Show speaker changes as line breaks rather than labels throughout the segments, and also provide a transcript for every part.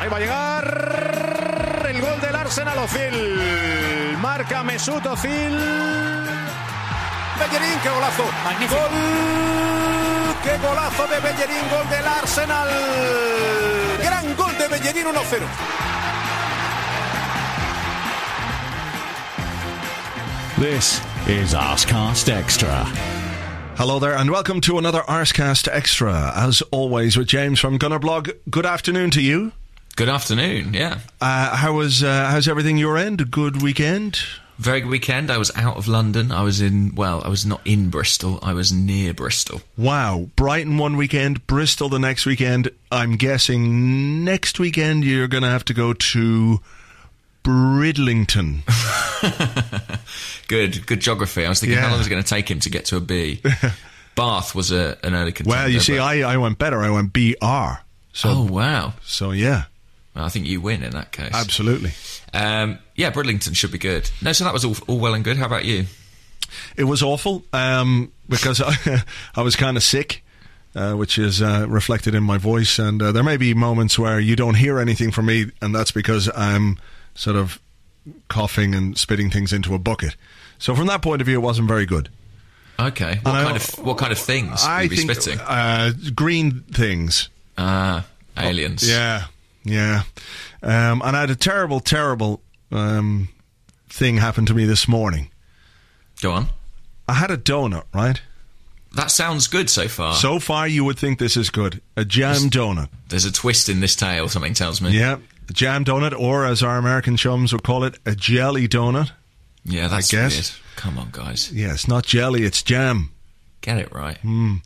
Ahí va a llegar el gol del Arsenal Ozil. Marca Mesut Ozil. Bellerín, qué golazo. Gol. Qué golazo de Bellerín, gol del Arsenal. Gran gol de Bellerín 1-0.
This is Arscast Extra.
Hello there, and welcome to another Arscast Extra. As always, with James from Gunnerblog. Good afternoon to you.
Good afternoon. Yeah.
Uh, how was uh, how's everything your end? A good weekend.
Very good weekend. I was out of London. I was in, well, I was not in Bristol. I was near Bristol.
Wow, Brighton one weekend, Bristol the next weekend. I'm guessing next weekend you're going to have to go to Bridlington.
Good, good geography. I was thinking
Yeah.
how long is it going to take him to get to a B? Bath was a, an early contender.
Well, you see,
but-
I I went better. I went BR. So
Oh, wow.
so yeah,
Well, I think you win in that case.
absolutely.
Um, yeah, Bridlington should be good. No, so that was all, all well and good. How about you?
It was awful um, because I, I was kind of sick, uh, which is uh, reflected in my voice. And uh, there may be moments where you don't hear anything from me, and that's because I'm sort of coughing and spitting things into a bucket. So from that point of view, it wasn't very good.
Okay. What
I-
kind of what kind of things
I
you be
think
spitting?
uh, green things.
Ah, aliens.
Yeah, yeah. Um, and I had a terrible, terrible um, thing happen to me this morning.
Go on.
I had a donut, right?
That sounds good so far.
So far, you would think this is good. A jam donut.
There's a twist in this tale. Something tells me.
Yeah, a jam donut, or as our American chums would call it, a jelly donut.
Yeah, that's
guess.
weird. Come on, guys,
Yeah, it's not jelly, it's jam.
get it right.
Hmm.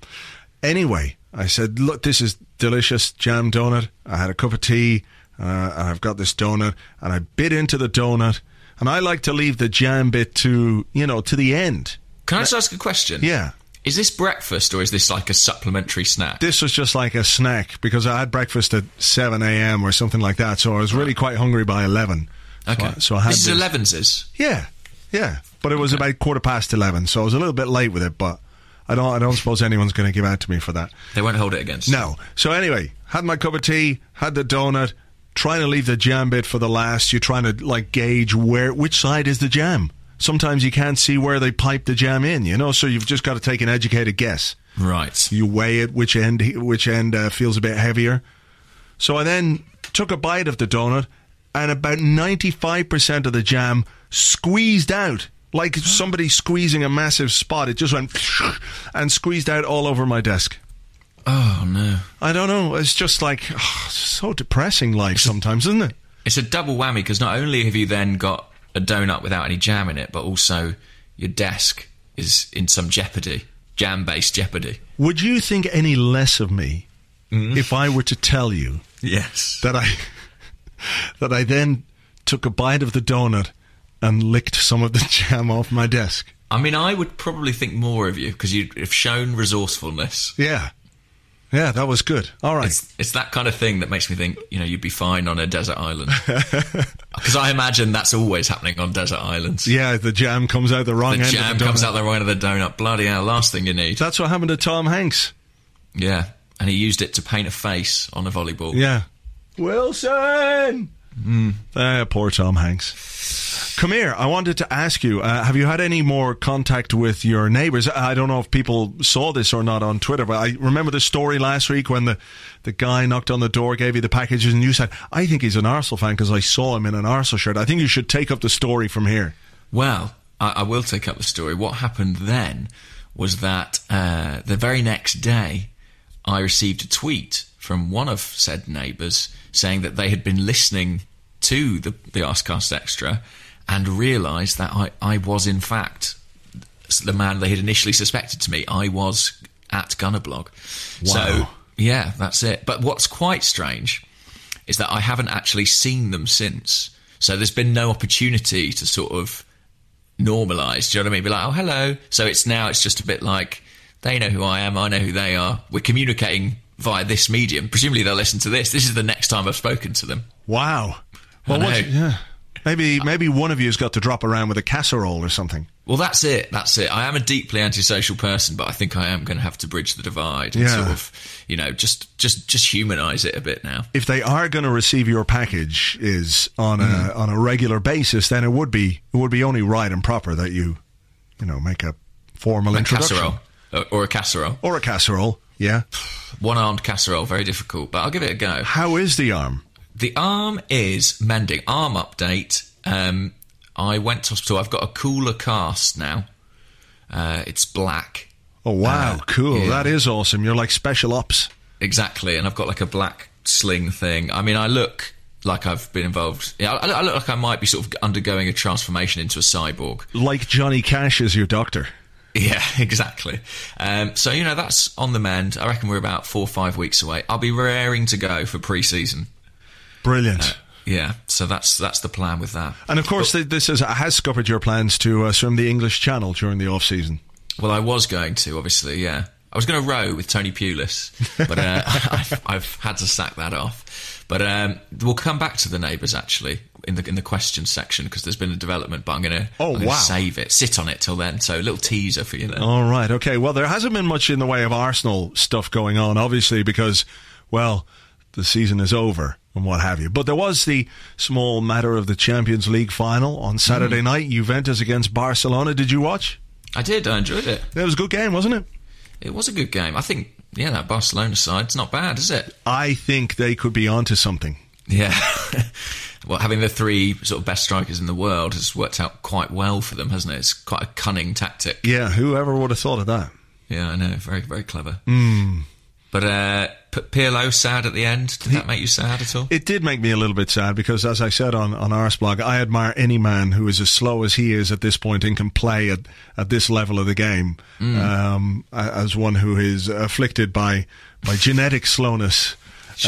Anyway, I said, look, this is delicious jam donut. I had a cup of tea, uh, and I've got this donut, and I bit into the donut, and I like to leave the jam bit to, you know, to the end.
Can I just ask a question?
Yeah.
Is this breakfast or is this like a supplementary snack?
This was just like a snack because I had breakfast at 7 a.m. or something like that, so I was really quite hungry by 11. So
okay.
I- So, I had
this is
this-
Elevenses.
Yeah, yeah. But it was about quarter past eleven, so I was a little bit late with it. But I don't, I don't suppose anyone's going to give out to me for that.
They won't hold it against. you.
No. So anyway, had my cup of tea, had the donut, trying to leave the jam bit for the last. You're trying to like gauge where which side is the jam. Sometimes you can't see where they pipe the jam in, you know. So you've just got to take an educated guess.
Right.
You weigh it, which end which end uh, feels a bit heavier. So I then took a bite of the donut, and about ninety five percent of the jam squeezed out, like somebody squeezing a massive spot. It just went and squeezed out all over my desk.
Oh no.
I don't know. It's just like ah, so depressing life sometimes, isn't it?
It's a double whammy because not only have you then got a donut without any jam in it, but also your desk is in some jeopardy, jam-based jeopardy.
Would you think any less of me if I were to tell you
Yes.
that I that I then took a bite of the donut and licked some of the jam off my desk?
I mean, I would probably think more of you because you have shown resourcefulness.
Yeah. Yeah, that was good. All right.
It's, it's that kind of thing that makes me think, you know, you'd be fine on a desert island. Because I imagine that's always happening on desert islands.
yeah, the jam comes out the wrong
the
end. of
jam
the
comes
donut.
out the right of the donut. Bloody hell, last thing you need.
That's what happened to Tom Hanks.
Yeah. And he used it to paint a face on a volleyball.
Yeah. Wilson! Ah, poor Tom Hanks. Come here. I wanted to ask you uh, have you had any more contact with your neighbors? I don't know if people saw this or not on Twitter, but I remember the story last week when the, the guy knocked on the door, gave you the packages, and you said, I think he's an Arsenal fan because I saw him in an Arsenal shirt. I think you should take up the story from here.
Well, I, I will take up the story. What happened then was that uh, the very next day, I received a tweet from one of said neighbours saying that they had been listening to the, the Askcast Extra and realised that I, I was, in fact, the man they had initially suspected to me. I was at Gunnerblog. So,
Wow.
yeah, that's it. But what's quite strange is that I haven't actually seen them since. So there's been no opportunity to sort of normalize. Do you know what I mean? Be like, oh, hello. So it's now, it's just a bit like they know who I am, I know who they are. We're communicating via this medium. Presumably they'll listen to this. This is the next time I've spoken to them.
Wow.
I
Well, what,
know.
yeah. Maybe maybe one of you's got to drop around with a casserole or something.
Well, that's it. That's it. I am a deeply antisocial person, but I think I am going to have to bridge the divide and
Yeah.
sort of, you know, just just just humanize it a bit now.
If they are going to receive your package is on a
Mm-hmm.
on a regular basis, then it would be it would be only right and proper that you, you know, make a formal
A
introduction
casserole or, or a casserole,
or a casserole. Yeah.
one-armed casserole, very difficult, but I'll give it a go.
How is the arm?
The arm is mending. Arm update. Um, I went to hospital. I've got a cooler cast now. Uh, it's black.
Oh wow,
Uh,
cool.
yeah.
That is awesome. You're like special ops.
Exactly, and I've got like a black sling thing. I mean, I look like I've been involved. Yeah, I, I look like I might be sort of undergoing a transformation into a cyborg.
Like Johnny Cash is your doctor.
Yeah, exactly. Um, so you know that's on the mend. I reckon we're about four or five weeks away. I'll be raring to go for pre-season.
Brilliant.
Yeah, so that's that's the plan with that.
Uh, and of course, th- this is, has scuppered your plans to uh, swim the English Channel during the off season.
Well, I was going to, obviously, yeah. I was going to row with Tony Pulis, but uh, I've, I've had to sack that off. But um, we'll come back to the neighbours actually in the in the question section because there's been a development. But I'm going to
Oh, wow. Oh.
save it, sit on it till then. So a little teaser for you then.
All right. Okay. Well, there hasn't been much in the way of Arsenal stuff going on, obviously, because, well, the season is over and what have you. But there was the small matter of the Champions League final on Saturday night, Juventus against Barcelona. Did you watch?
I did. I enjoyed it.
It was a good game, wasn't it?
It was a good game. I think yeah, that Barcelona side's not bad, is it?
I think they could be onto something.
Yeah. well, having the three sort of best strikers in the world has worked out quite well for them, hasn't it? It's quite a cunning tactic.
Yeah. Whoever would have thought of that?
Yeah, I know. Very, very clever.
Hmm.
But uh, P- PLO sad at the end. Did that make you sad at all?
It did make me a little bit sad because, as I said on, on Ars blog, I admire any man who is as slow as he is at this point and can play at, at this level of the game um, a- as one who is afflicted by, by genetic slowness.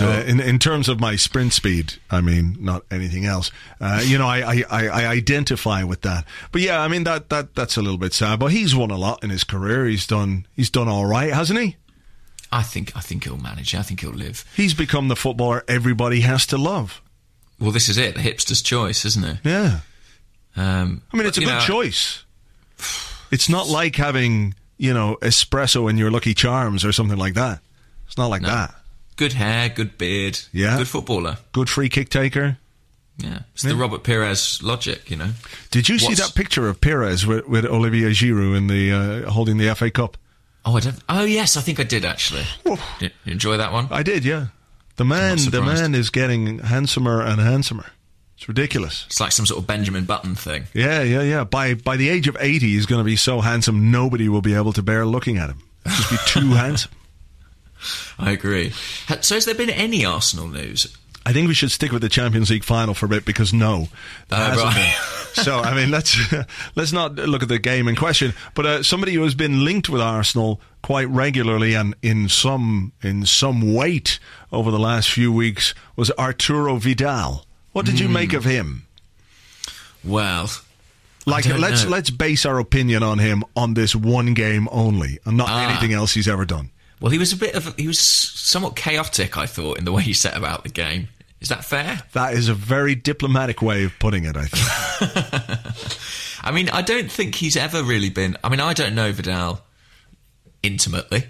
Uh, in in terms of my sprint speed, I mean, not anything else. Uh, you know, I, I, I, I identify with that. But yeah, I mean that, that that's a little bit sad. But he's won a lot in his career. He's done he's done all right, hasn't he?
I think I think he'll manage. it. I think he'll live.
He's become the footballer everybody has to love.
Well, this is it. The hipster's choice, isn't it?
Yeah.
Um,
I mean,
but,
it's a
you
good
know,
choice. It's not like having, you know, espresso in your Lucky Charms or something like that. It's not like that.
Good hair, good beard.
Yeah.
Good footballer.
Good free kick taker.
Yeah. It's the Robert Perez logic, you know.
Did you see
What's-
that picture of Perez with, with Olivier Giroud in the uh, holding the FA Cup?
Oh, I don't. Oh, yes, I think I did actually. Did you enjoy that one?
I did, yeah. The man, the
surprised.
man is getting handsomer and handsomer. It's ridiculous.
It's like some sort of Benjamin Button thing.
Yeah, yeah, yeah. By by the age of eighty, he's going to be so handsome nobody will be able to bear looking at him. He'll Just be too handsome.
I agree. Ha- So, has there been any Arsenal news?
I think we should stick with the Champions League final for a bit because no, there
Oh,
hasn't
right.
been. So I mean, let's let's not look at the game in question. But uh, somebody who has been linked with Arsenal quite regularly and in some in some weight over the last few weeks was Arturo Vidal. What did you
Hmm.
make of him?
Well,
Like,
don't
let's
know.
let's base our opinion on him on this one game only, and not
Ah.
anything else he's ever done.
well, he was a bit of he was somewhat chaotic. I thought in the way he set about the game. Is that fair?
That is a very diplomatic way of putting it. I think.
I mean, I don't think he's ever really been. I mean, I don't know Vidal intimately,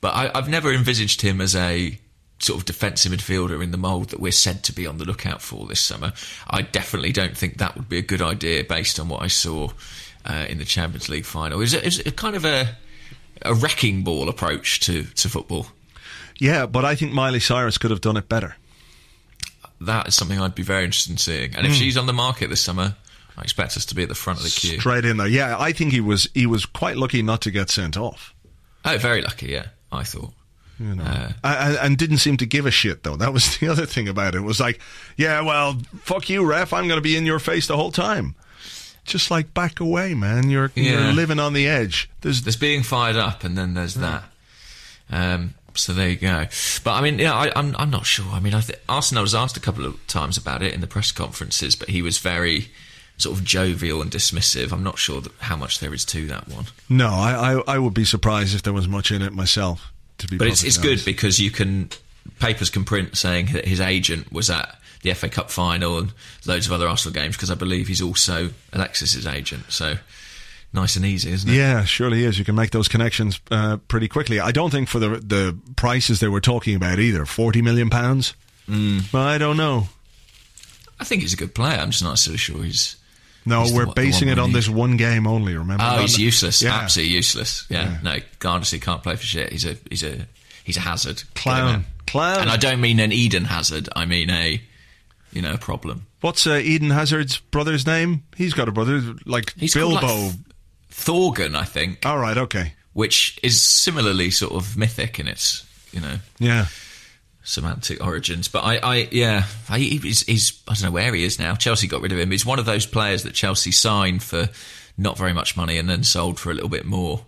but I, I've never envisaged him as a sort of defensive midfielder in the mould that we're said to be on the lookout for this summer. I definitely don't think that would be a good idea based on what I saw uh, in the Champions League final. It was, a- it was a kind of a a wrecking ball approach to, to football.
yeah, but I think Miley Cyrus could have done it better.
that is something I'd be very interested in seeing. And if she's on the market this summer, I expect us to be at the front of the queue.
Straight in there. Yeah, I think he was he was quite lucky not to get sent off.
oh, very lucky, yeah, I thought. Uh,
And, and didn't seem to give a shit though. That was the other thing about it. It was like, yeah, well, fuck you, ref. I'm going to be in your face the whole time. just like back away, man. You're
Yeah.
you're living on the edge. There's
There's being fired up, and then there's that. Um, so there you go. But I mean, yeah, I, I'm I'm not sure. I mean, I th- Arsenal was asked a couple of times about it in the press conferences, but he was very sort of jovial and dismissive. I'm not sure that, how much there is to that one.
no. I, I I would be surprised if there was much in it myself. To be,
But it's
perfectly
it's good
honest.
because you can papers can print saying that his agent was at the FA Cup final and loads of other Arsenal games because I believe he's also Alexis's agent. So nice and easy, isn't it?
Yeah, surely is. You can make those connections uh, pretty quickly. I don't think for the the prices they were talking about either. Forty million pounds. Mm. I don't know.
I think he's a good player. I'm just not so sure he's.
No,
He's the
we're
one- the
basing
one
it
we
on
need.
this one game only. Remember?
Oh,
Not-
he's useless.
Yeah.
Absolutely useless. Yeah. No, honestly, can't play for shit. He's a he's a he's a hazard.
Clown.
Get him out.
Clown.
And I don't mean an Eden hazard. I mean a you know a problem.
What's uh, Eden Hazard's brother's name? He's got a brother like
He's called,
Bilbo.
like, Thorgan, I think,
All right, okay,
which is similarly sort of mythic in its you know
yeah.
semantic origins. But I, I yeah, I, he's, he's, I don't know where he is now. Chelsea got rid of him. He's one of those players that Chelsea signed for not very much money and then sold for a little bit more.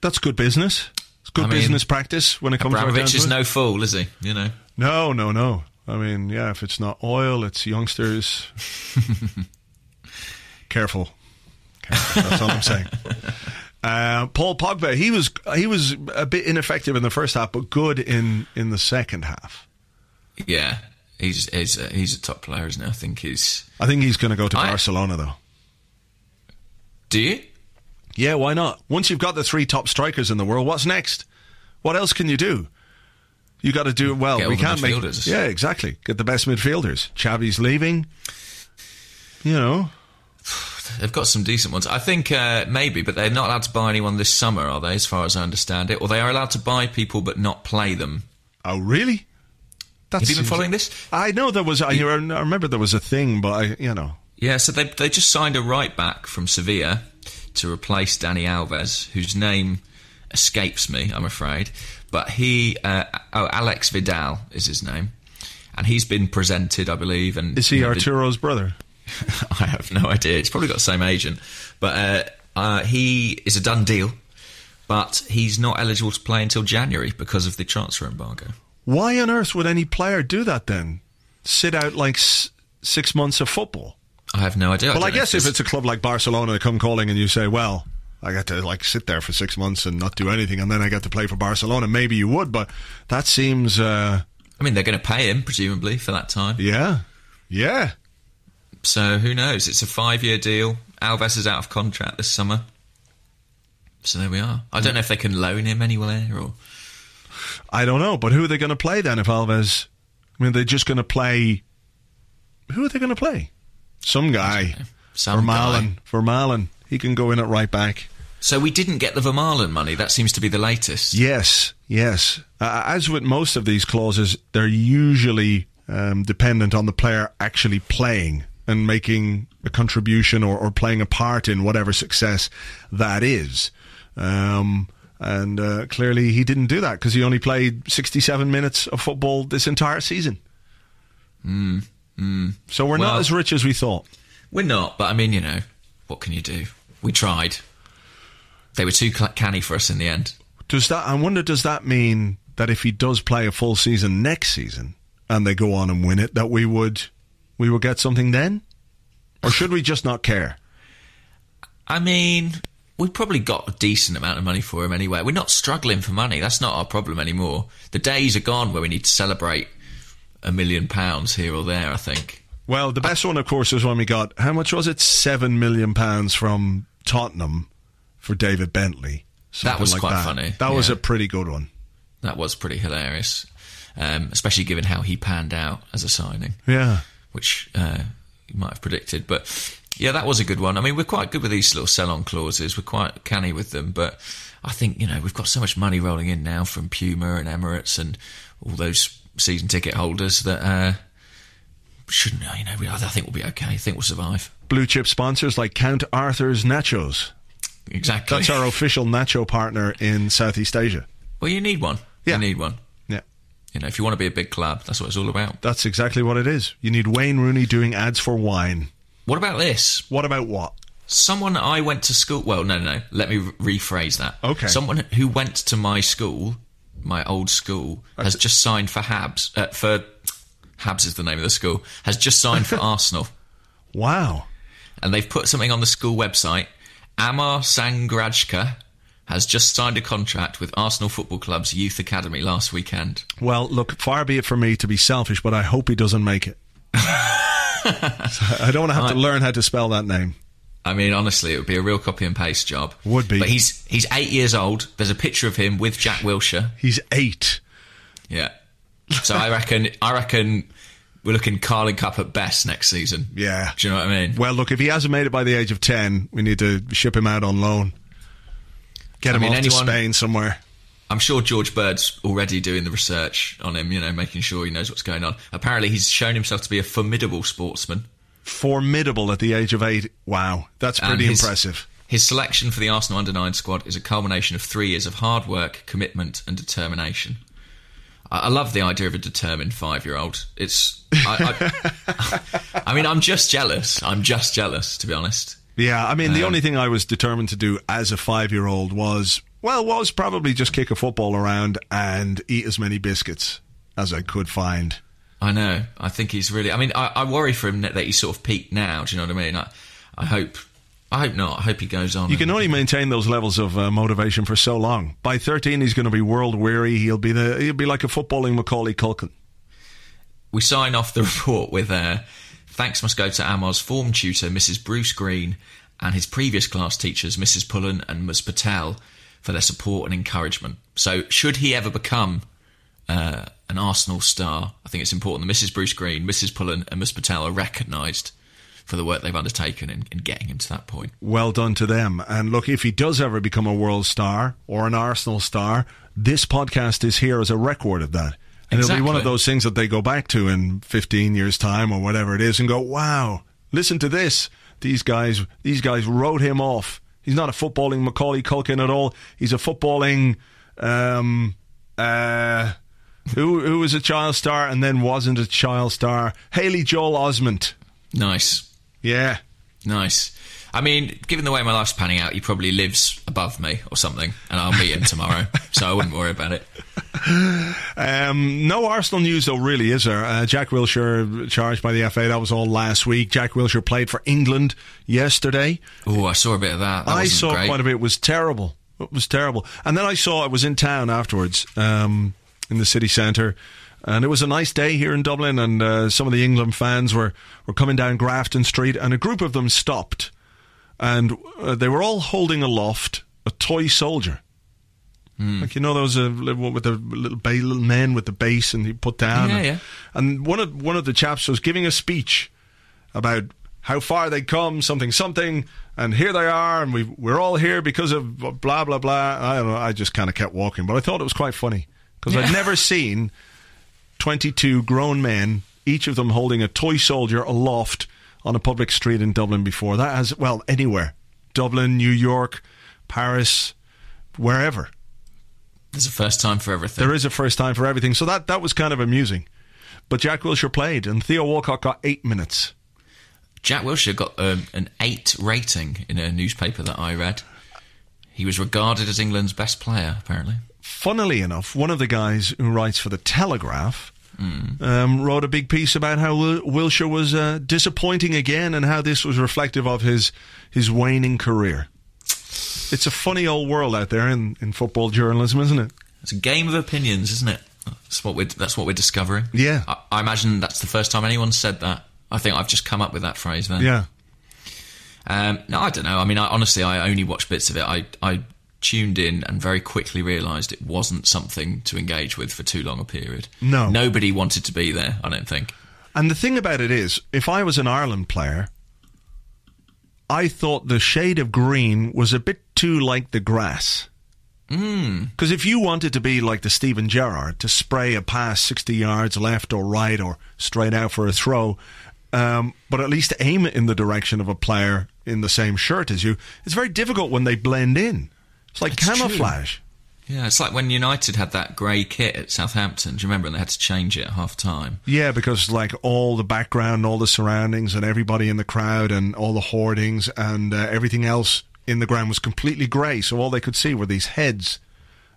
That's good business. It's good
I mean,
business practice when it comes right down
Abramovich
to
is
it.
no fool, is he? You know.
no, no, no. I mean, yeah, if it's not oil, it's youngsters. Careful. Careful. That's all I'm saying. Uh, Paul Pogba, he was he was a bit ineffective in the first half, but good in in the second half.
Yeah, he's he's a, he's a top player, isn't he? I think he's.
I think he's going to go to
I-
Barcelona though.
Do you?
Yeah, why not? Once you've got the three top strikers in the world, what's next? What else can you do? You got to do it well.
Get all
we
the
can't make
midfielders.
Yeah, exactly. Get the best midfielders. Chavi's leaving. You know,
They've got some decent ones. I think uh, maybe, but they're not allowed to buy anyone this summer, are they? As far as I understand it, or they are allowed to buy people but not play them.
oh really? That's
Have you been following this?
I know there was. I, I remember there was a thing, but I, you know,
Yeah, so they they just signed a right back from Sevilla to replace Danny Alves, whose name escapes me, I'm afraid. But he, uh, oh, Alex Vidal is his name, and he's been presented, I believe. And
is he
you know, the-
Arturo's brother?
I have no idea. It's probably got the same agent, but uh, uh, he is a done deal. But he's not eligible to play until January because of the transfer embargo.
Why on earth would any player do that then? Sit out like s- six months of football?
I have no idea.
Well,
don't
I
know
guess if
this-
it's a club like Barcelona come calling and you say, "Well, I got to like sit there for six months and not do anything, and then I got to play for Barcelona," maybe you would, but that seems, uh,
I mean, they're going to pay him presumably for that time.
yeah, yeah.
So who knows? It's a five-year deal. Alves is out of contract this summer. So there we are. I don't know if they can loan him anywhere or
I don't know, but who are they going to play then if Alves? I mean, they're just going to play. Who are they going to play? Some guy,
some guy.
Vermaelen. Vermaelen. He can go in at right back.
So we didn't get the Vermaelen money. That seems to be the latest.
Yes, yes. Uh, as with most of these clauses, they're usually um, dependent on the player actually playing and making a contribution or, or playing a part in whatever success that is. Um, and uh, clearly, he didn't do that because he only played 67 minutes of football this entire season. Hmm. So we're
Well-
not as rich as we thought.
We're not, but I mean, you know, what can you do? We tried. They were too cl- canny for us in the end.
Does that? I wonder. Does that mean that if he does play a full season next season and they go on and win it, that we would we will get something then, or should we just not care?
I mean, we probably got a decent amount of money for him anyway. We're not struggling for money. That's not our problem anymore. The days are gone where we need to celebrate a million pounds here or there, I think.
Well, the best one, of course, was when we got how much was it? Seven million pounds from Tottenham for David Bentley. Something
That was
like
quite
that.
funny,
That was
yeah.
a pretty good one.
That was pretty hilarious, um, especially given how he panned out as a signing.
Yeah.
which uh, you might have predicted. But yeah, that was a good one. I mean, we're quite good with these little sell-on clauses. We're quite canny with them. But I think you know we've got so much money rolling in now from Puma and Emirates and all those season ticket holders that uh, shouldn't you know? we- I think we'll be okay. I think we'll survive.
Blue chip sponsors like Count Arthur's Nachos.
Exactly.
That's our official nacho partner in Southeast Asia.
well, you need one.
Yeah.
You need one.
Yeah.
You know, if you want to be a big club, that's what it's all about.
That's exactly what it is. You need Wayne Rooney doing ads for wine.
What about this?
What about what?
Someone I went to school. Well, no, no. no. Let me re- rephrase that.
Okay.
Someone who went to my school, my old school, has just signed for Habs. Uh, for Habs is the name of the school. Has just signed for Arsenal,
Wow.
and they've put something on the school website. Amar Sangrajka has just signed a contract with Arsenal Football Club's youth academy last weekend.
Well, look, far be it from me to be selfish, but I hope he doesn't make it. I don't want to have to learn how to spell that name.
I mean, honestly, it would be a real copy and paste job.
Would be.
But he's he's eight years old. There's a picture of him with Jack Wilshire.
He's eight.
Yeah. So I reckon I reckon we're looking Carling Cup at best next season.
Yeah.
Do you know what I mean?
Well, look, if he hasn't made it by the age of 10, we need to ship him out on loan. Get
I
him
mean,
off
anyone-
to Spain somewhere.
I'm sure George Bird's already doing the research on him. You know, making sure he knows what's going on. Apparently, he's shown himself to be a formidable sportsman.
Formidable at the age of eight. Wow. That's
and
pretty
his-
impressive.
His selection for the Arsenal under nine squad is a culmination of three years of hard work, commitment, and determination. I, I love the idea of a determined five year old. It's, I, I, I mean, I'm just jealous. I'm just jealous, to be honest.
Yeah, I mean, the only thing I was determined to do as a five year old was, well, was probably just kick a football around and eat as many biscuits as I could find.
I know. I think he's really. I mean, I, I worry for him that that he's sort of peaked now. Do you know what I mean? I, I hope. I hope not. I hope he goes on.
You can
and-
only maintain those levels of uh, motivation for so long. By 13, he's going to be world weary. He'll be the he'll be like a footballing Macaulay Culkin.
we sign off the report with uh, thanks must go to Amar's form tutor, Mrs. Bruce Green, and his previous class teachers, Mrs. Pullen and Ms. Patel, for their support and encouragement. So, should he ever become uh, an Arsenal star, I think it's important that Mrs. Bruce Green, Mrs. Pullen, and Ms. Patel are recognised for the work they've undertaken in, in getting him to that point.
Well done to them. And look, if he does ever become a world star or an Arsenal star, this podcast is here as a record of that. And it'll be one
Exactly.
of those things that they go back to in 15 years' time or whatever it is and go, wow, listen to this. These guys, these guys wrote him off. He's not a footballing Macaulay Culkin at all. He's a footballing, um, uh, who, who was a child star and then wasn't a child star? Haley Joel Osment.
Nice.
Yeah.
Nice. I mean, given the way my life's panning out, he probably lives above me or something, and I'll meet him tomorrow, so I wouldn't worry about it.
Um, no Arsenal news, though, really, is there? Uh, Jack Wilshire charged by the FA. That was all last week. Jack Wilshire played for England yesterday.
Oh, I saw a bit of that. that
I
wasn't
saw
great.
quite a bit. It was terrible. It was terrible. And then I saw, I was in town afterwards um, in the city centre. And it was a nice day here in Dublin. And uh, some of the England fans were, were coming down Grafton Street. And a group of them stopped. And uh, they were all holding aloft a toy soldier.
Mm.
Like you know those uh, little- with the little, ba- little men with the bass and you put down.
Yeah,
and,
yeah.
and one of one of the chaps was giving a speech about how far they come, something, something, and here they are, and we we're all here because of blah blah blah. I don't know. I just kind of kept walking, but I thought it was quite funny because I'd never seen twenty two grown men, each of them holding a toy soldier aloft on a public street in Dublin before. That has well anywhere, Dublin, New York, Paris, wherever.
There's a first time for everything.
There is a first time for everything. So that, that was kind of amusing. But Jack Wilshire played, and Theo Walcott got eight minutes.
Jack Wilshire got um, an eight rating in a newspaper that I read. He was regarded as England's best player, apparently.
Funnily enough, one of the guys who writes for The Telegraph um, wrote a big piece about how Wil- Wilshire was uh, disappointing again and how this was reflective of his, his waning career. It's a funny old world out there in, in football journalism, isn't it?
It's a game of opinions, isn't it? That's what we're that's what we're discovering.
Yeah.
I, I imagine that's the first time anyone's said that. I think I've just come up with that phrase then.
Yeah.
Um, no, I don't know. I mean, I, honestly, I only watched bits of it. I, I tuned in and very quickly realised it wasn't something to engage with for too long a period.
No.
Nobody wanted to be there, I don't think.
And the thing about it is, if I was an Ireland player, I thought the shade of green was a bit too like the grass. Because if you wanted to be like the Stephen Gerrard, to spray a pass 60 yards left or right or straight out for a throw, um, but at least aim it in the direction of a player in the same shirt as you, it's very difficult when they blend in. It's like
It's true.
camouflage.
Yeah, it's like when United had that grey kit at Southampton. Do you remember? And they had to change it at half time.
Yeah, because like all the background, all the surroundings, and everybody in the crowd, and all the hoardings, and uh, everything else in the ground was completely grey. So all they could see were these heads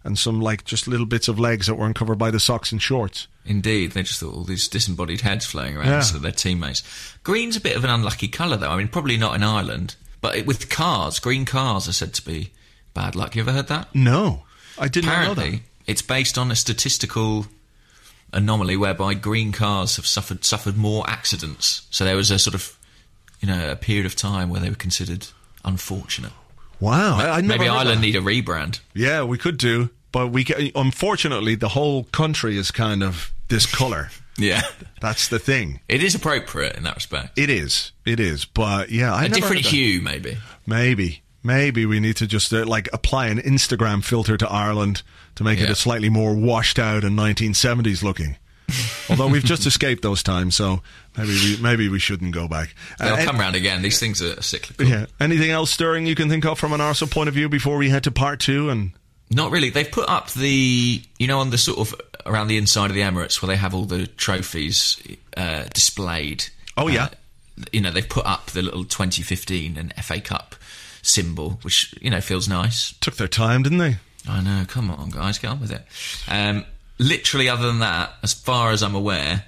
and some like just little bits of legs that weren't covered by the socks and shorts.
Indeed, they just thought all these disembodied heads floating around
Yeah.
so their teammates. Green's a bit of an unlucky colour, though. I mean, probably not in Ireland, but it, with cars, green cars are said to be bad luck. You ever heard that?
No, I did not know
Apparently,
that.
it's based on a statistical anomaly whereby green cars have suffered suffered more accidents. So there was a sort of, you know, a period of time where they were considered unfortunate.
Wow, I, I never
Maybe
heard
Ireland
that.
need a rebrand.
Yeah, we could do, but we ca- unfortunately the whole country is kind of this color.
Yeah,
That's the thing.
it is appropriate in that respect.
It is. It is. But yeah, I
a
never
different
heard that.
hue, maybe.
Maybe. Maybe we need to just uh, like apply an Instagram filter to Ireland to make it
Yeah.
a slightly more washed out and 1970s looking. Although we've just escaped those times, so maybe we maybe we shouldn't go back. Uh,
They'll
an-
come round again. These things are cyclical.
yeah. Anything else stirring you can think of from an Arsenal point of view before we head to part two? And
Not really. They've put up the, you know, on the sort of around the inside of the Emirates where they have all the trophies uh, displayed.
Oh, yeah.
Uh, you know, they've put up the little 2015 and FA Cup symbol, which, you know, feels nice.
took their time, didn't they?
I know. Come on, guys, get on with it. Um, literally, other than that, as far as I'm aware,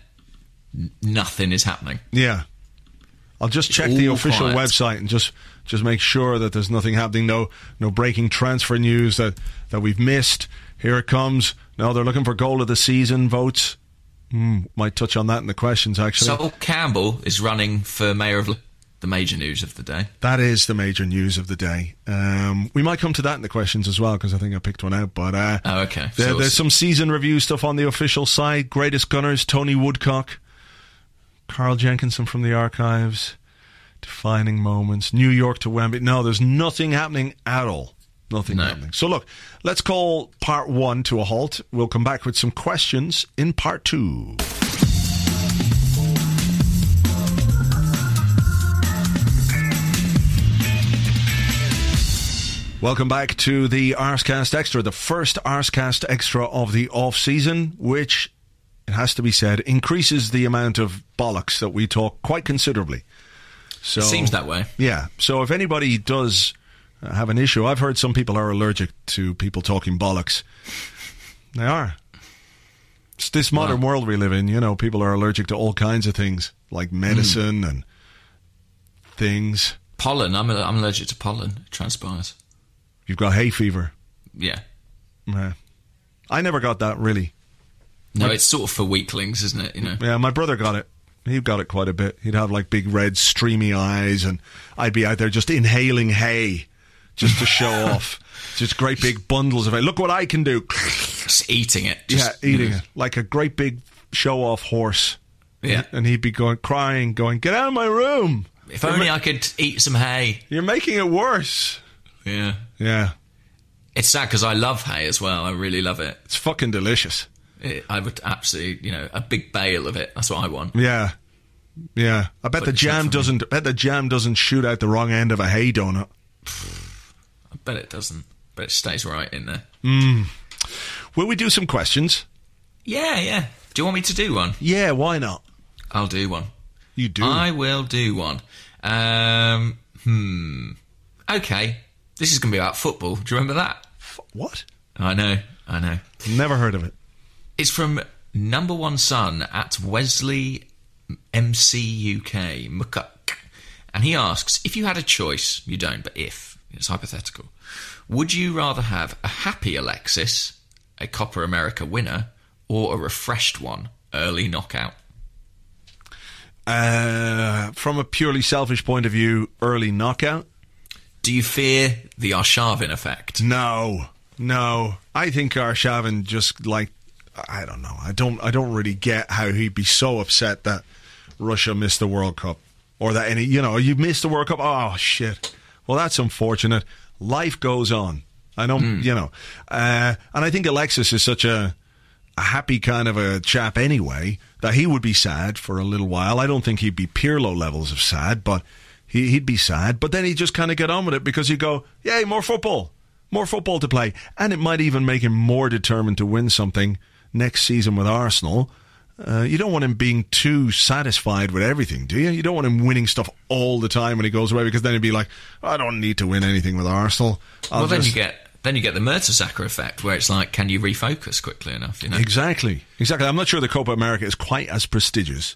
n- nothing is happening.
Yeah. I'll just check the
all
official
quiet.
website and just just make sure that there's nothing happening. No no breaking transfer news that that we've missed. Here it comes. No, they're looking for goal of the season votes. Hmm, might touch on that in the questions actually.
So Campbell is running for mayor of L- the major news of the day.
that is the major news of the day. Um, we might come to that in the questions as well because I think I picked one out. But uh,
Oh, okay.
there-
So we'll
there's
see.
some season review stuff on the official side. Greatest Gunners, Tony Woodcock, Carl Jenkinson from the archives, defining moments, New York to Wembley. No, there's nothing happening at all. Nothing
No.
happening. So look, let's call part one to a halt. We'll come back with some questions in part two. Welcome back to the Arscast Extra, the first Arscast Extra of the off season, which, it has to be said, increases the amount of bollocks that we talk quite considerably. So
Seems that way.
Yeah. So if anybody does uh, have an issue, I've heard some people are allergic to people talking bollocks. They are. It's this modern world we live in. You know, people are allergic to all kinds of things, like
Hmm.
medicine and things.
Pollen. I'm, I'm allergic to pollen. It transpires.
You've got hay fever.
Yeah.
Yeah. I never got that really.
No, it's sort of for weaklings, isn't it? You know.
Yeah, my brother got it. He got it quite a bit. He'd have like big red streamy eyes, and I'd be out there just inhaling hay, just to show off. Just great big bundles of hay. Look what I can do.
Just eating it.
yeah,
Just,
eating it like a great big show off horse.
Yeah.
and he'd be going crying, going, "Get out of my room!
If only I could eat some hay.
You're making it worse."
Yeah.
Yeah,
It's sad because I love hay as well. I really love it.
it's fucking delicious.
it. I would absolutely, you know, a big bale of it. That's what I want.
Yeah, yeah. I bet
But
the
it's not for
jam
me.
doesn't. I bet the jam doesn't shoot out the wrong end of a hay donut.
I bet it doesn't. But it stays right in there.
Will we do some questions?
Yeah, yeah. Do you want me to do one?
Yeah, why not?
I'll do one.
You do.
I will do one. Um, hmm. Okay. This is going to be about football. Do you remember that?
F- what?
I know. I know.
Never heard of it.
It's from number one son at Wesley MC UK, McCuck. And he asks if you had a choice, you don't, but if, it's hypothetical, would you rather have a happy Alexis, a Copper America winner, or a refreshed one, early knockout?
Uh, from a purely selfish point of view, early knockout.
Do you fear the Arshavin effect?
No, no. I think Arshavin just like I don't know. I don't. I don't really get how he'd be so upset that Russia missed the World Cup or that any. You know, you missed the World Cup. Oh shit. Well, that's unfortunate. Life goes on. I don't. You know. Uh, and I think Alexis is such a a happy kind of a chap anyway that he would be sad for a little while. I don't think he'd be Pirlo levels of sad, but he, he'd be sad. But then he'd just kind of get on with it because he'd go, "Yay, more football." More football to play, and it might even make him more determined to win something next season with Arsenal. Uh, you don't want him being too satisfied with everything, do you? You don't want him winning stuff all the time when he goes away because then he'd be like, I don't need to win anything with Arsenal. I'll
well, then
just-
you get then you get the Mertesacker effect, where it's like, can you refocus quickly enough? You know,
Exactly, exactly. I'm not sure the Copa America is quite as prestigious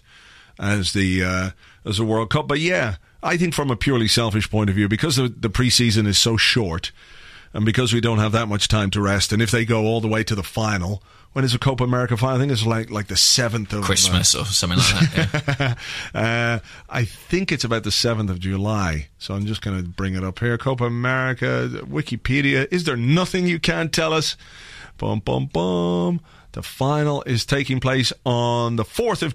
as the uh, as the World Cup, but yeah, I think from a purely selfish point of view, because the, the preseason is so short, and because we don't have that much time to rest, and if they go all the way to the final, when is the Copa America final? I think it's like like the seventh of uh,
Christmas or something like that. Yeah.
uh, I think it's about the 7th of July. So I'm just going to bring it up here. Copa America, Wikipedia. Is there nothing you can't tell us? Bum, bum, bum. The final is taking place on the 4th of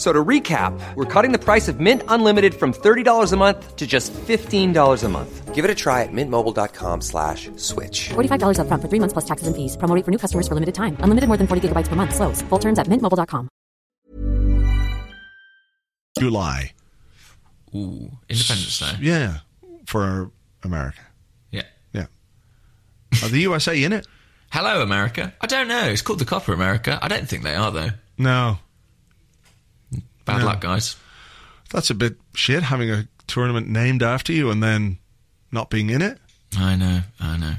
So to recap, we're cutting the price of Mint Unlimited from $30 a month to just $15 a month. Give it a try at mintmobile.com slash switch.
$45 up front for three months plus taxes and fees. Promo rate for new customers for limited time. Unlimited more than 40 gigabytes per month. Slows. Full terms at mintmobile.com.
July.
Ooh, Independence Day.
Yeah, for America.
Yeah.
Yeah. Are the USA in it?
Hello, America. I don't know. It's called the Copper America. I don't think they are though.
No.
Bad
No.
luck, guys.
That's a bit shit having a tournament named after you and then not being in it.
I know. I know.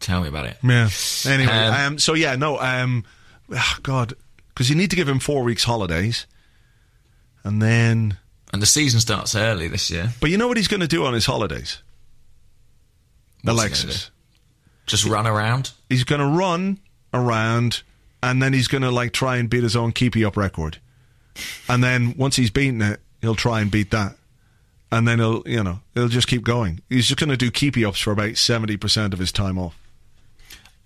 Tell me about it.
Yeah. Anyway, um,
Um,
so yeah, no, um, ah, God, because you need to give him four weeks holidays, and then.
And the season starts early this year.
But you know what he's going to do on his holidays,
What's he gonna
Alexis.
do? Just run around.
He's going to run around, and then he's going to like try and beat his own keepy up record, and then once he's beaten it, he'll try and beat that. And then he'll, you know, he'll just keep going. He's just going to do keepy ups for about seventy percent of his time off.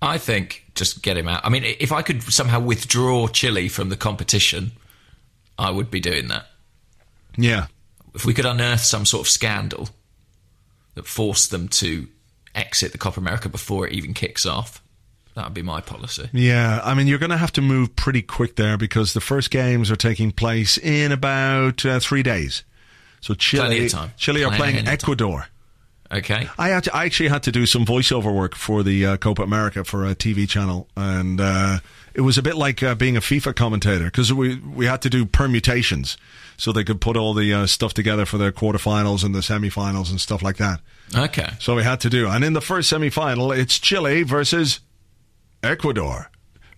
I think just get him out. I mean, i- if I could somehow withdraw Chile from the competition, I would be doing that.
Yeah,
If we could unearth some sort of scandal that forced them to exit the Copper America before it even kicks off, that would be my policy.
Yeah, I mean, you're going to have to move pretty quick there because the first games are taking place in about uh, three days. So
Plenty
Chile,
of time.
Chile are
Plenty of
playing
time.
Ecuador.
Okay.
I had to, I actually had to do some voiceover work for the uh, Copa America for a TV channel, and uh, it was a bit like uh, being a FIFA commentator because we we had to do permutations so they could put all the uh, stuff together for the quarterfinals and the semifinals and stuff like that.
Okay.
So we had to do. And in the first semi-final, it's Chile versus Ecuador,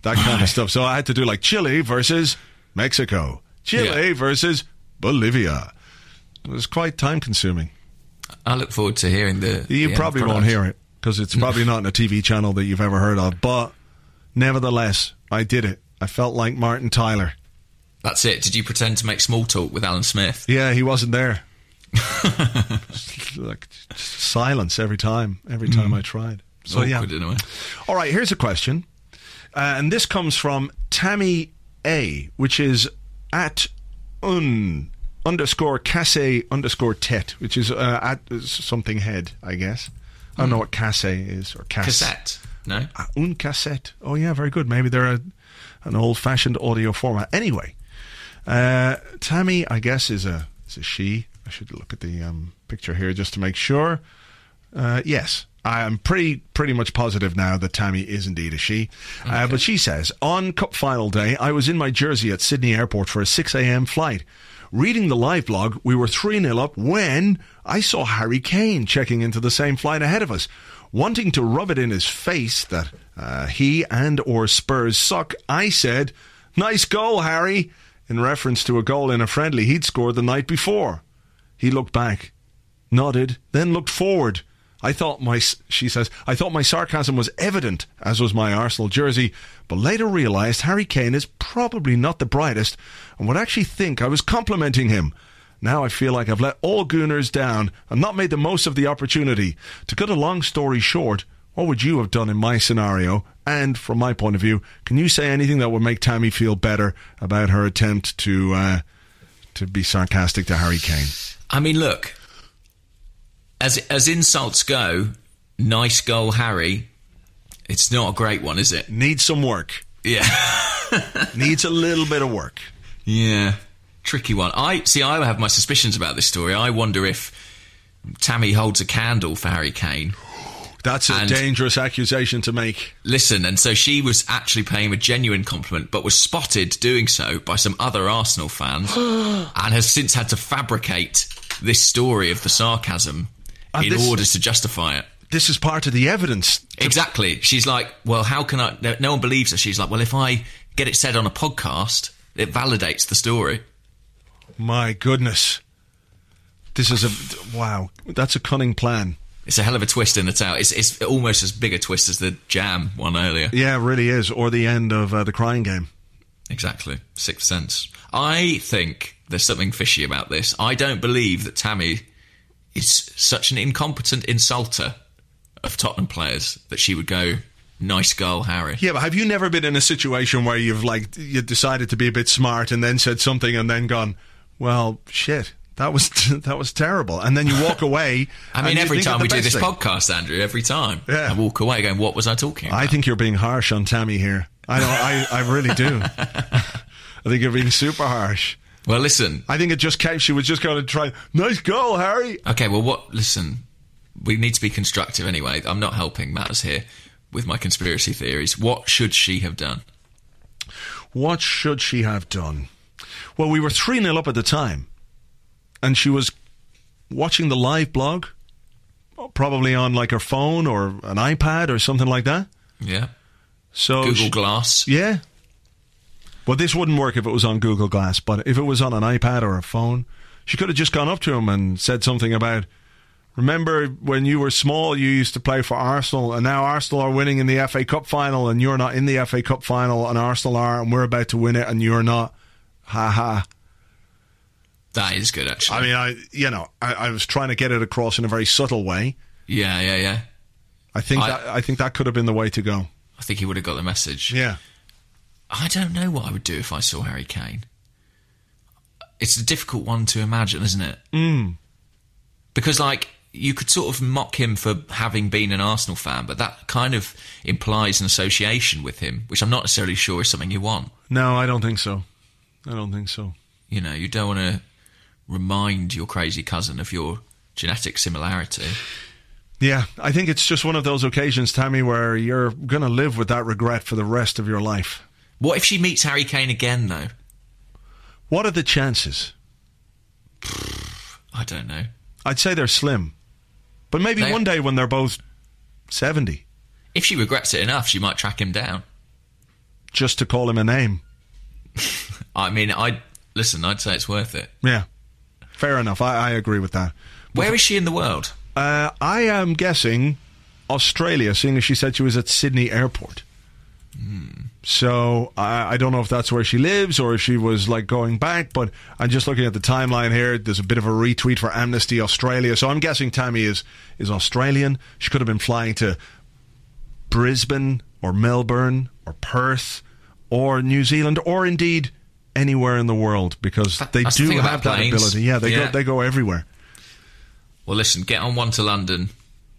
that kind of stuff. So I had to do like Chile versus Mexico, Chile
Yeah.
versus Bolivia. It was quite time consuming.
I look forward to hearing the.
You probably won't hear it because it's probably not in a TV channel that you've ever heard of. But nevertheless, I did it. I felt like Martin Tyler.
That's it. Did you pretend to make small talk with Alan Smith?
Yeah, he wasn't there. Just like just silence every time, every time I tried. So
Mm-hmm. Awkward
yeah,
in a way.
All right, here's a question. Uh, and this comes from Tammy A, which is at un underscore casse underscore tet, which is uh, at something head, I guess. I don't know what casse is or cass-
Cassette. No?
Ah, Un cassette. Oh, yeah, very good. Maybe they're a, an old fashioned audio format. Anyway, uh, Tammy, I guess, is a, is a she. I should look at the um, picture here just to make sure. Uh, yes, I'm pretty pretty much positive now that Tammy is indeed a she. Uh, but she says, on Cup Final Day, I was in my jersey at Sydney Airport for a 6 a.m. flight. Reading the live blog, we were 3 0 up when I saw Harry Kane checking into the same flight ahead of us. Wanting to rub it in his face that uh, he and or Spurs suck, I said, Nice goal, Harry, in reference to a goal in a friendly he'd scored the night before. He looked back, nodded, then looked forward. I thought my, she says, I thought my sarcasm was evident, as was my Arsenal jersey, but later realised Harry Kane is probably not the brightest and would actually think I was complimenting him. Now I feel like I've let all Gooners down and not made the most of the opportunity. To cut a long story short, what would you have done in my scenario? And from my point of view, can you say anything that would make Tammy feel better about her attempt to uh, to be sarcastic to Harry Kane?
I mean, look, as as insults go, nice goal, Harry. It's not a great one, is it?
Needs some work.
Yeah,
Needs a little bit of work.
yeah, tricky one. I see. I have my suspicions about this story. I wonder if Tammy holds a candle for Harry Kane.
That's a
And-
dangerous accusation to make.
Listen, and so she was actually paying him a genuine compliment, but was spotted doing so by some other Arsenal fans, and has since had to fabricate this story of the sarcasm
And
in
this-
order to justify it.
This is part of the evidence.
Exactly. She's like, well, how can I? No, no one believes her. She's like, well, if I get it said on a podcast, it validates the story.
My goodness. This is a wow. That's a cunning plan.
It's a hell of a twist in the tale. It's, it's almost as big a twist as the jam one earlier.
Yeah, it really is. Or the end of uh, the crying game.
Exactly. Sixth Sense. I think there's something fishy about this. I don't believe that Tammy is such an incompetent insulter of Tottenham players that she would go, nice girl, Harry.
Yeah, but have you never been in a situation where you've like you decided to be a bit smart and then said something and then gone, well, shit, that was that was terrible, and then you walk away.
I mean,
and you
every
think
time
of
we
the
do
best
this
thing.
podcast, Andrew, every time
Yeah.
I walk away going, what was I talking about?
I think you're being harsh on Tammy here. I don't. I, I really do. I think you're being super harsh.
well, listen.
I think it just came. She was just going to try. Nice goal, Harry.
Okay, well, what? Listen, we need to be constructive anyway. I'm not helping matters here with my conspiracy theories. What should she have done?
What should she have done? Well, we were 3 0 up at the time, and she was watching the live blog, probably on like her phone or an iPad or something like that.
Yeah.
So
Google
she-
Glass.
Oh, Yeah. Well, this wouldn't work if it was on Google Glass, but if it was on an iPad or a phone, she could have just gone up to him and said something about, Remember when you were small, you used to play for Arsenal, and now Arsenal are winning in the FA Cup final, and you're not in the FA Cup final, and Arsenal are, and we're about to win it, and you're not. Ha ha.
That is good, actually.
I mean, I, you know, I, I was trying to get it across in a very subtle way.
yeah, yeah, yeah.
I think
I-
that I think that could have been the way to go.
I think he would have got the message.
Yeah.
I don't know what I would do if I saw Harry Kane. It's a difficult one to imagine, isn't it? Mm. Because, like, you could sort of mock him for having been an Arsenal fan, but that kind of implies an association with him, which I'm not necessarily sure is something you want.
No, I don't think so. I don't think so.
You know, you don't want to remind your crazy cousin of your genetic similarity.
Yeah, I think it's just one of those occasions, Tammy, where you're going to live with that regret for the rest of your life.
What if she meets Harry Kane again, though?
What are the chances?
I don't know.
I'd say they're slim. But maybe
They-
one day when they're both 70,
If she regrets it enough, she might track him down.
just to call him a name.
I mean, I listen. I'd say it's worth it.
Yeah, fair enough. I, I agree with that.
Where is she in the world?
Uh, I am guessing Australia, seeing as she said she was at Sydney Airport.
Hmm.
So I, I don't know if that's where she lives or if she was like going back, but I'm just looking at the timeline here. There's a bit of a retweet for Amnesty Australia, so I'm guessing Tammy is is Australian. She could have been flying to Brisbane or Melbourne or Perth or New Zealand or indeed anywhere in the world because
That-
they
that's the
do
thing about
have that
planes.
ability. Yeah, they
Yeah.
go they go everywhere.
Well, listen. Get on one to London.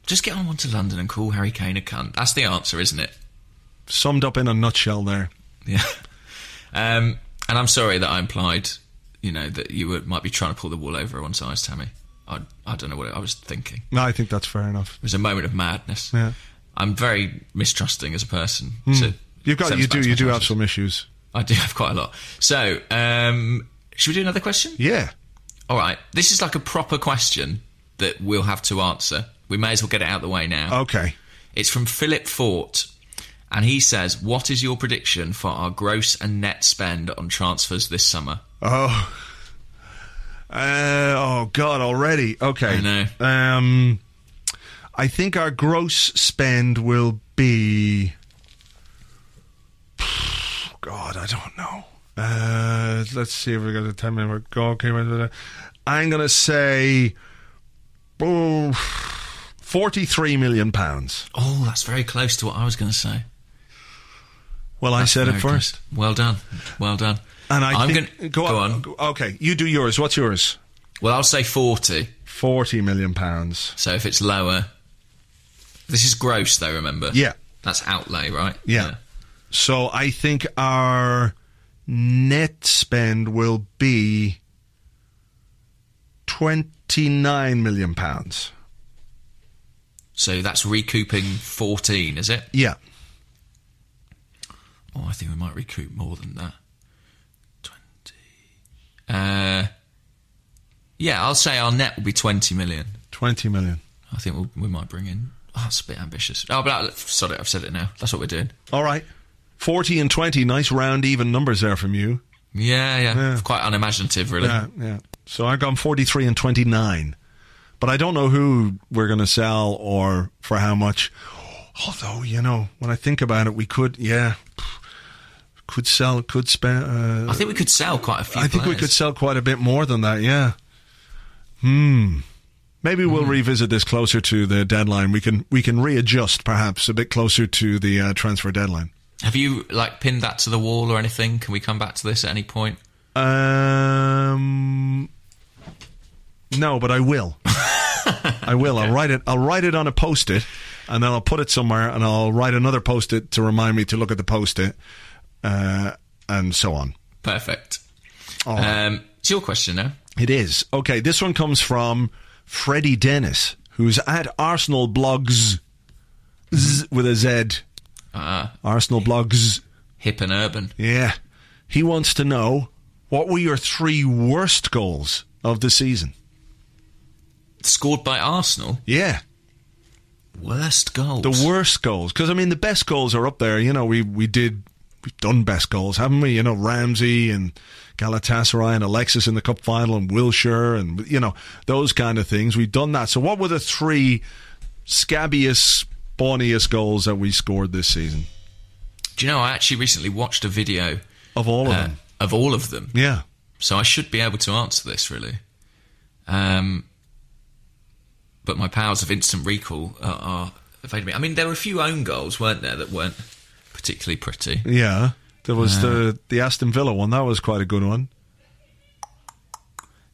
Just get on one to London and call Harry Kane a cunt. That's the answer, isn't it?
Summed up in a nutshell there.
Yeah. Um, and I'm sorry that I implied, you know, that you were, might be trying to pull the wool over everyone's eyes, Tammy. I I don't know what I was thinking.
No, I think that's fair enough.
It was a moment of madness.
Yeah. Hmm.
I'm very mistrusting as a person. So
You've got
sends
you
back
do
to my
you do have
chances.
some issues.
I do have quite a lot. So, um, should we do another question?
Yeah.
All right. This is like a proper question that we'll have to answer. We may as well get it out of the way now.
Okay.
It's from Philip Fort. And he says, What is your prediction for our gross and net spend on transfers this summer?
Oh. Uh, oh God! Already. Okay.
I know.
Um, I think our gross spend will be. God, I don't know. Uh, let's see if we got a ten minute goal. Came into that. I'm gonna say, oh, 43 million pounds.
Oh, that's very close to what I was going to say.
Well, I said it
Very close.
first.
Well done. Well done.
And I
I'm
think,
gonna, go, on.
Okay, you do yours. What's yours?
Well, I'll say 40.
Forty million pounds.
So if it's lower, this is gross though. Remember?
Yeah.
That's outlay, right?
Yeah. So I think our net spend will be twenty nine million pounds.
So that's recouping fourteen, is it?
Yeah.
Oh, I think we might recoup more than that. Twenty. Uh, yeah, I'll say our net will be twenty million.
Twenty million.
I think we'll, we might bring in. Oh, that's a bit ambitious. Oh, but I, sorry, I've said it now. That's what we're doing.
All right. Forty and twenty, nice round even numbers there from you.
Yeah, yeah.
Yeah.
Quite unimaginative, really.
Yeah, yeah. So I've gone 43 and 29. But I don't know who we're going to sell or for how much. Although, you know, when I think about it, we could, yeah, could sell, could spend. Uh,
I think we could sell quite a few.
I think we
players.
could sell quite a bit more than that, yeah. Hmm. Maybe we'll revisit this closer to the deadline. We can we can readjust perhaps a bit closer to the uh, transfer deadline.
Have you like pinned that to the wall or anything? Can we come back to this at any point?
Um, no, but I will. I will. I'll write it. I'll write it on a post-it, and then I'll put it somewhere, and I'll write another post-it to remind me to look at the post-it, uh, and so on.
Perfect.
Oh.
Um, it's your question now.
It is okay. This one comes from Freddie Dennis, who's at Arsenal Blogs z, with a Z. Arsenal Blogs.
Hip and urban.
Yeah, he wants to know what were your three worst goals of the season.
Scored by Arsenal.
Yeah,
Worst goals.
the worst goals because I mean the best goals are up there. You know, we we did we've done best goals, haven't we? You know, Ramsey and Galatasaray and Alexis in the cup final and Wilshire and you know those kind of things. We've done that. So what were the three scabbiest, spawniest goals that we scored this season
Do you know? I actually recently watched a video
of all of
uh,
them?
of all of them.
Yeah,
So I should be able to answer this really. Um, but my powers of instant recall are, are evading me. I mean, there were a few own goals, weren't there, that weren't particularly pretty.
yeah. There was the the Aston Villa one. That was quite a good one.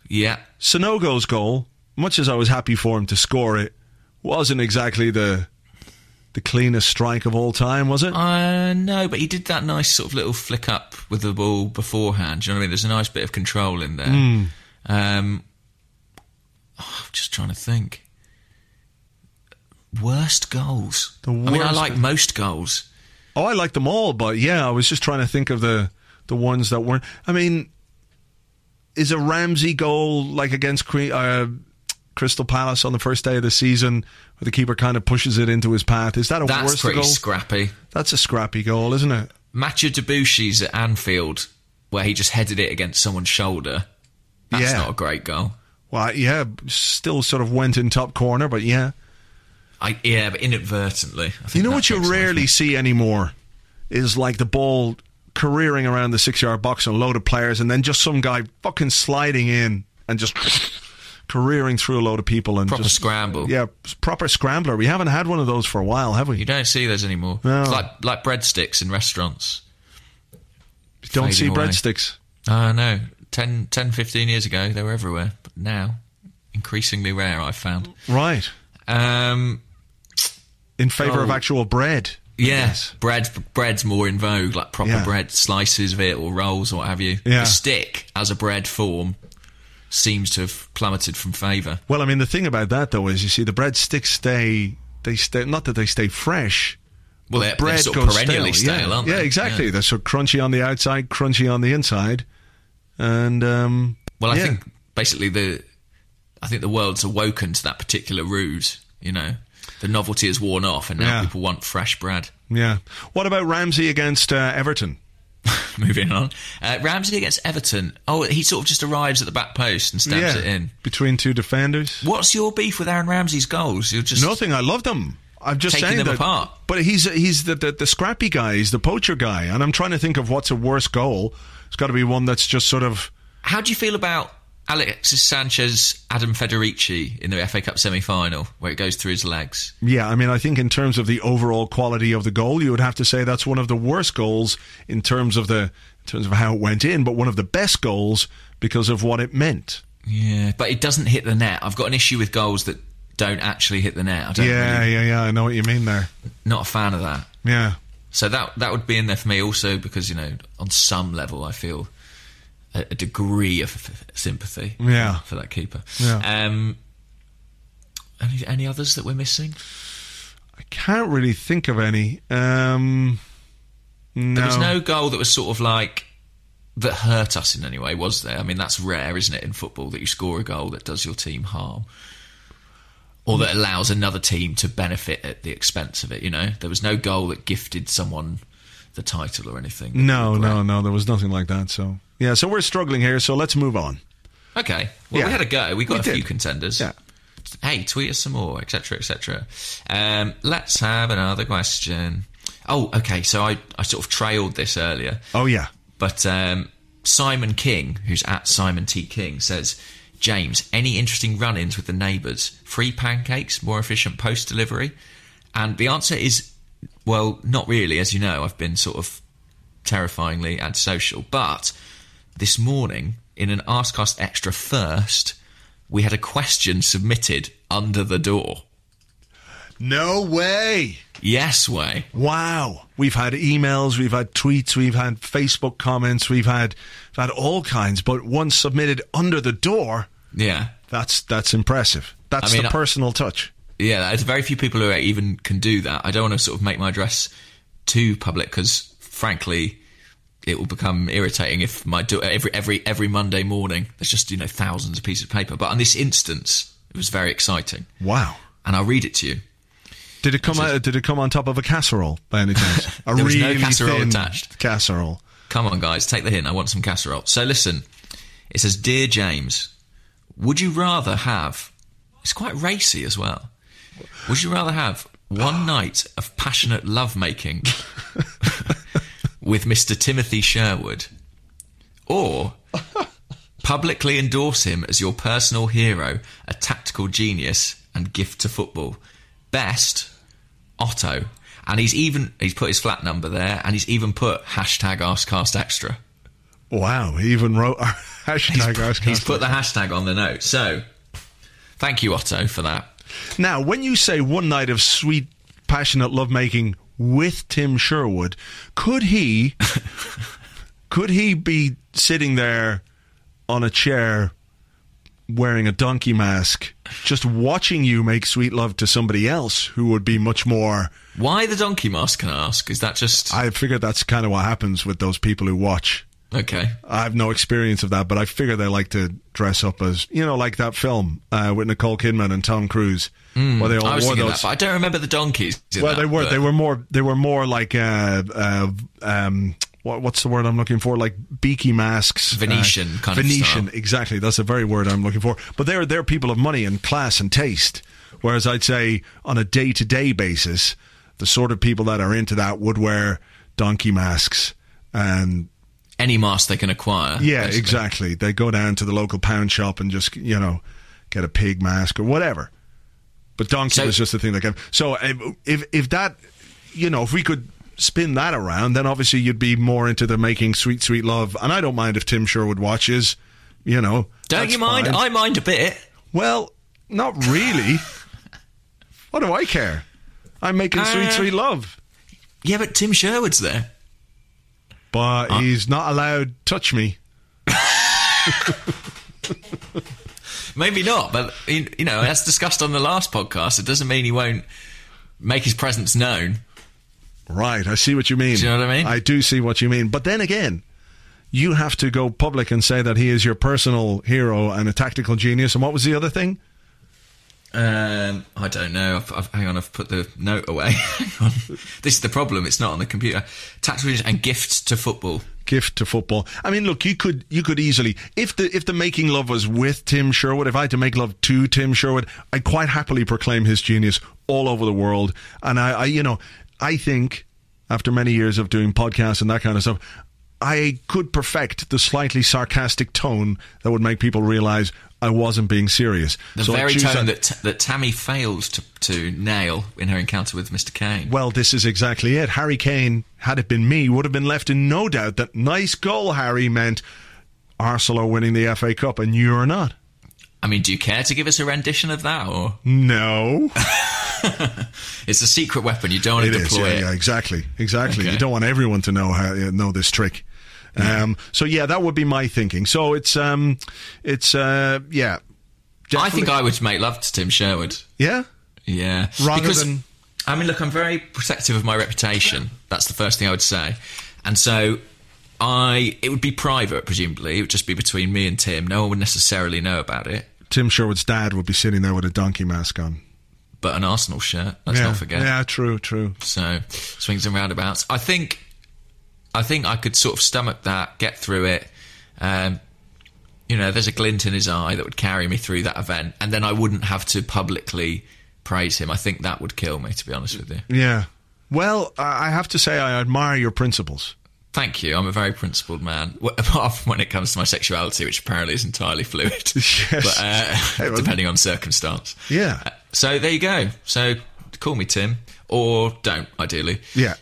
Yeah,
Sonogo's goal, much as I was happy for him to score it, wasn't exactly the the cleanest strike of all time, was it?
Uh, no, but he did that nice sort of little flick up with the ball beforehand. Do you know what I mean? There's a nice bit of control in there.
Hmm.
Um, oh, I'm just trying to think. Worst goals.
The
I mean, I
worst-
like most goals.
Oh, I like them all, but yeah, I was just trying to think of the the ones that weren't. I mean, is a Ramsey goal like against Cre- uh, Crystal Palace on the first day of the season, where the keeper kind of pushes it into his path? Is that a
That's
worst
pretty
goal?
scrappy.
That's a scrappy goal, isn't it?
Matcha Debussy's at Anfield, where he just headed it against someone's shoulder. That's
Yeah.
not a great goal.
Well, yeah, still sort of went in top corner, but yeah.
I, yeah, but inadvertently. I think
You know
that
what you
takes away from
rarely
it.
see anymore is like the ball careering around the six yard box and a load of players, and then just some guy fucking sliding in and just careering through a load of people and
Proper
just,
scramble.
Yeah, proper scrambler. We haven't had one of those for a while, have we?
You don't see those anymore.
No.
It's like like breadsticks in restaurants.
Don't see
fading away.
breadsticks.
Oh, no. 10, 10, 15 years ago, they were everywhere. But now, increasingly rare, I've found.
Right.
Um,
In favor of
Oh.
actual bread.
yes. Bread, bread's more in vogue, like proper
Yeah.
bread, slices of it or rolls or what have you.
Yeah.
The stick as a bread form seems to have plummeted from favour.
Well, I mean, the thing about that, though, is you see, the breadsticks stay, they stay, not that they stay fresh.
Well,
but
they're,
bread
they're sort of
goes
perennially
stale.
stale,
yeah.
aren't they?
Yeah, exactly.
Yeah.
They're so crunchy on the outside, crunchy on the inside, and um,
Well, I
yeah.
think basically the, I think the world's awoken to that particular route, you know. The novelty is worn off and now
Yeah.
people want fresh bread.
yeah. What about Ramsey against uh, Everton?
Moving on. Uh, Ramsey against Everton. Oh, he sort of just arrives at the back post and stabs
yeah,
it in.
between two defenders.
What's your beef with Aaron Ramsey's goals? You're just
Nothing. I love them. I'm just
Taking
saying
them
that,
apart.
But he's uh, he's the, the the scrappy guy. He's the poacher guy, and I'm trying to think of what's a worse goal. It's got to be one that's just sort of
How do you feel about Alexis Sanchez, Adam Federici in the FA Cup semi-final where it goes through his legs?
yeah. I mean, I think in terms of the overall quality of the goal, you would have to say that's one of the worst goals in terms of the in terms of how it went in, but one of the best goals because of what it meant.
Yeah, but it doesn't hit the net. I've got an issue with goals that don't actually hit the net. I don't
yeah,
really,
yeah, yeah. I know what you mean there.
not a fan of that.
Yeah.
So that that would be in there for me also because you know on some level I feel a, a degree of sympathy.
Yeah.
for that keeper.
Yeah.
Um, any any others that we're missing?
I can't really think of any. Um, no.
There was no goal that was sort of like that hurt us in any way, was there? I mean, that's rare, isn't it, in football that you score a goal that does your team harm. Or that allows another team to benefit at the expense of it, you know? There was no goal that gifted someone the title or anything. that you
No,
regret.
no, no. There was nothing like that. So yeah, so we're struggling here. So let's move on.
Okay. Well,
Yeah.
we had a go. We got
We
a
did.
few contenders.
Yeah.
Hey, tweet us some more, etc., etc. Um, let's have another question. Oh, okay. So I, I sort of trailed this earlier,
Oh yeah.
but um, Simon King, who's at Simon T King, says, James, any interesting run-ins with the neighbours? Free pancakes, more efficient post delivery, and the answer is, well, not really. As you know, I've been sort of terrifyingly antisocial. But this morning, in an Askcast Extra first, we had a question submitted under the door.
No way.
Yes, way.
Wow. We've had emails, we've had tweets, we've had Facebook comments, we've had we've had all kinds, but one submitted under the door.
Yeah.
That's that's impressive. That's
I mean,
the
I-
personal touch.
Yeah, there's very few people who even can do that. I don't want to sort of make my address too public because, frankly, it will become irritating if my do- every every every Monday morning there's just you know thousands of pieces of paper. But on this instance, it was very exciting,
Wow.
and I'll read it to you.
Did it come out, did it come on top of a casserole by any chance? A
There was no
really
casserole
thin
attached.
Casserole.
Come on, guys, take the hint. I want some casserole. So listen, it says, "Dear James, would you rather have?" It's quite racy as well. Would you rather have one night of passionate lovemaking with Mr. Timothy Sherwood, or publicly endorse him as your personal hero, a tactical genius, and gift to football? Best Otto. And he's even he's put his flat number there, and he's even put hashtag AskCast Extra.
Wow, he even wrote our
He's,
hashtag Ask
he's
Casserole.
put the hashtag on the note. So, thank you, Otto, for that.
Now, when you say one night of sweet, passionate lovemaking with Tim Sherwood, could he, could he be sitting there on a chair wearing a donkey mask, just watching you make sweet love to somebody else who would be much more?
Why the donkey mask? Can I ask? Is that just
I figure that's kind of what happens with those people who watch.
okay?
I have no experience of that, but I figure they like to dress up as you know, like that film uh, with Nicole Kidman and Tom Cruise, where they all
Hmm. I was
wore
thinking
those.
that, but I don't remember the donkeys. in
Well,
that,
they were.
but-
They were more. They were more like uh, uh, um, what, what's the word I'm looking for? Like beaky masks,
Venetian
uh,
kind of
Venetian.
style.
Exactly. That's the very word I'm looking for. But they're they're people of money and class and taste. Whereas I'd say on a day to day basis, the sort of people that are into that would wear donkey masks and
any mask they can acquire.
yeah,
basically.
exactly. They go down to the local pound shop and just you know get a pig mask or whatever. But donkey
So-
was just the thing that came. So eh, if if that you know if we could spin that around, then obviously you'd be more into the making sweet sweet love. And I don't mind if Tim Sherwood watches. You know,
Don't
that's
you mind?
fine.
I mind a bit.
well, not really. what do I care? I'm making sweet
Uh,
sweet love,
Yeah, but Tim Sherwood's there.
but
Uh.
he's not allowed touch me.
Maybe not, but you you know, as discussed on the last podcast, it doesn't mean he won't make his presence known.
Right, I see what you mean.
Do you know what I mean?
I do see what you mean. But then again, you have to go public and say that he is your personal hero and a tactical genius. And what was the other thing?
Um, I don't know. I've, I've, hang on, I've put the note away. Hang on. This is the problem. It's not on the computer. Tax religion and gifts to football.
Gift to football. I mean, look, you could you could easily if the if the making love was with Tim Sherwood, if I had to make love to Tim Sherwood, I'd quite happily proclaim his genius all over the world. And I, I you know, I think after many years of doing podcasts and that kind of stuff, I could perfect the slightly sarcastic tone that would make people realize I wasn't being serious.
The
I
very
choose
tone that, that Tammy failed to, to nail in her encounter with Mr. Kane.
Well, this is exactly it. Harry Kane, had it been me, would have been left in no doubt that nice goal, Harry, meant Arsenal are winning the FA Cup and you're not.
I mean, do you care to give us a rendition of that, or
No,
it's a secret weapon? You don't want
it
to
is.
deploy
Yeah,
it.
yeah, exactly, exactly.
Okay.
You don't want everyone to know how uh, know this trick. Um, so yeah, that would be my thinking. So it's um, it's uh, yeah,
I think I would make love to Tim Sherwood.
yeah.
Yeah.
Rather than-
I mean, look, I'm very protective of my reputation. That's the first thing I would say. And so I it would be private, presumably. It would just be between me and Tim. No one would necessarily know about it.
Tim Sherwood's dad would be sitting there with a donkey mask on.
But an Arsenal shirt, let's
yeah,
not forget.
Yeah, true, true.
So swings and roundabouts. I think I think I could sort of stomach that, get through it. Um, you know, there's a glint in his eye that would carry me through that event, and then I wouldn't have to publicly praise him. I think that would kill me, to be honest with you.
Yeah. Well, I I have to say I admire your principles.
Thank you. I'm a very principled man, w- apart from when it comes to my sexuality, which apparently is entirely fluid, but uh,
well-
depending on circumstance.
Yeah.
Uh, So there you go. So call me Tim, or don't, ideally. Uh,
Yeah.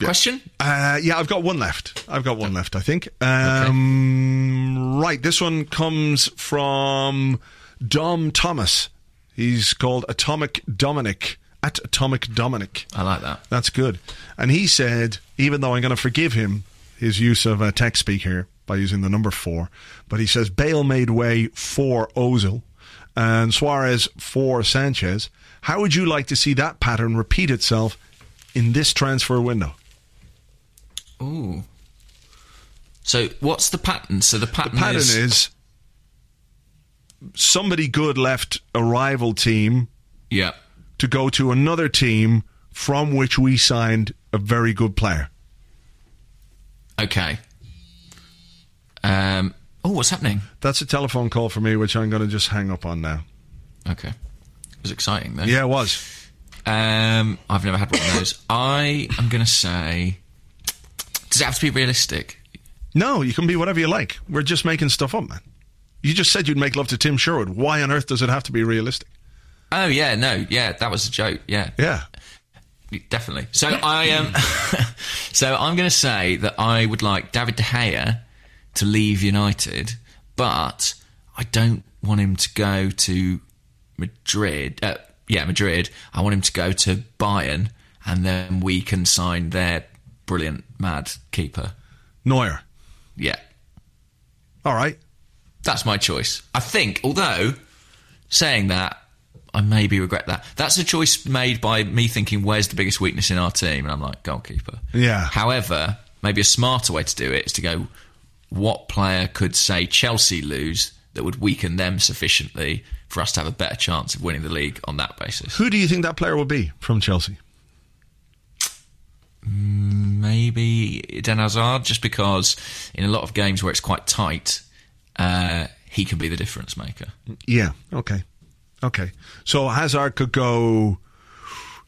Question?
Uh, yeah, I've got one left. I've got one left, I think. Um, Right, this one comes from Dom Thomas. He's called Atomic Dominic. At Atomic Dominic.
I like that.
That's good. And he said, even though I'm going to forgive him his use of a text speak here by using the number four, but he says Bale made way for Ozil and Suarez for Sanchez. How would you like to see that pattern repeat itself in this transfer window?
Ooh. So what's the pattern? So the pattern,
The pattern
is,
is, somebody good left a rival team
yeah.
to go to another team from which we signed a very good player.
Okay. Um. Oh, what's happening?
That's a telephone call for me, which I'm going to just hang up on now.
Okay. It was exciting though.
Yeah, it was.
Um. I've never had one of those. I am gonna say. Does it have to be realistic?
No, you can be whatever you like. We're just making stuff up, man. You just said you'd make love to Tim Sherwood. Why on earth does it have to be realistic?
Oh yeah, no, yeah, that was a joke. Yeah,
Yeah.
definitely. So I Um, so I'm going to say that I would like David De Gea to leave United, but I don't want him to go to Madrid. Uh, yeah, Madrid. I want him to go to Bayern, and then we can sign their brilliant mad keeper.
Neuer.
Yeah,
All right.
that's my choice. I think, although saying that, I maybe regret that. That's a choice made by me thinking, where's the biggest weakness in our team? And I'm like, goalkeeper.
Yeah.
However, maybe a smarter way to do it is to go, what player could, say, Chelsea lose that would weaken them sufficiently for us to have a better chance of winning the league on that basis?
Who do you think that player will be from Chelsea?
Maybe Eden Hazard, just because in a lot of games where it's quite tight, uh, he can be the difference maker.
Yeah. Okay. Okay. So Hazard could go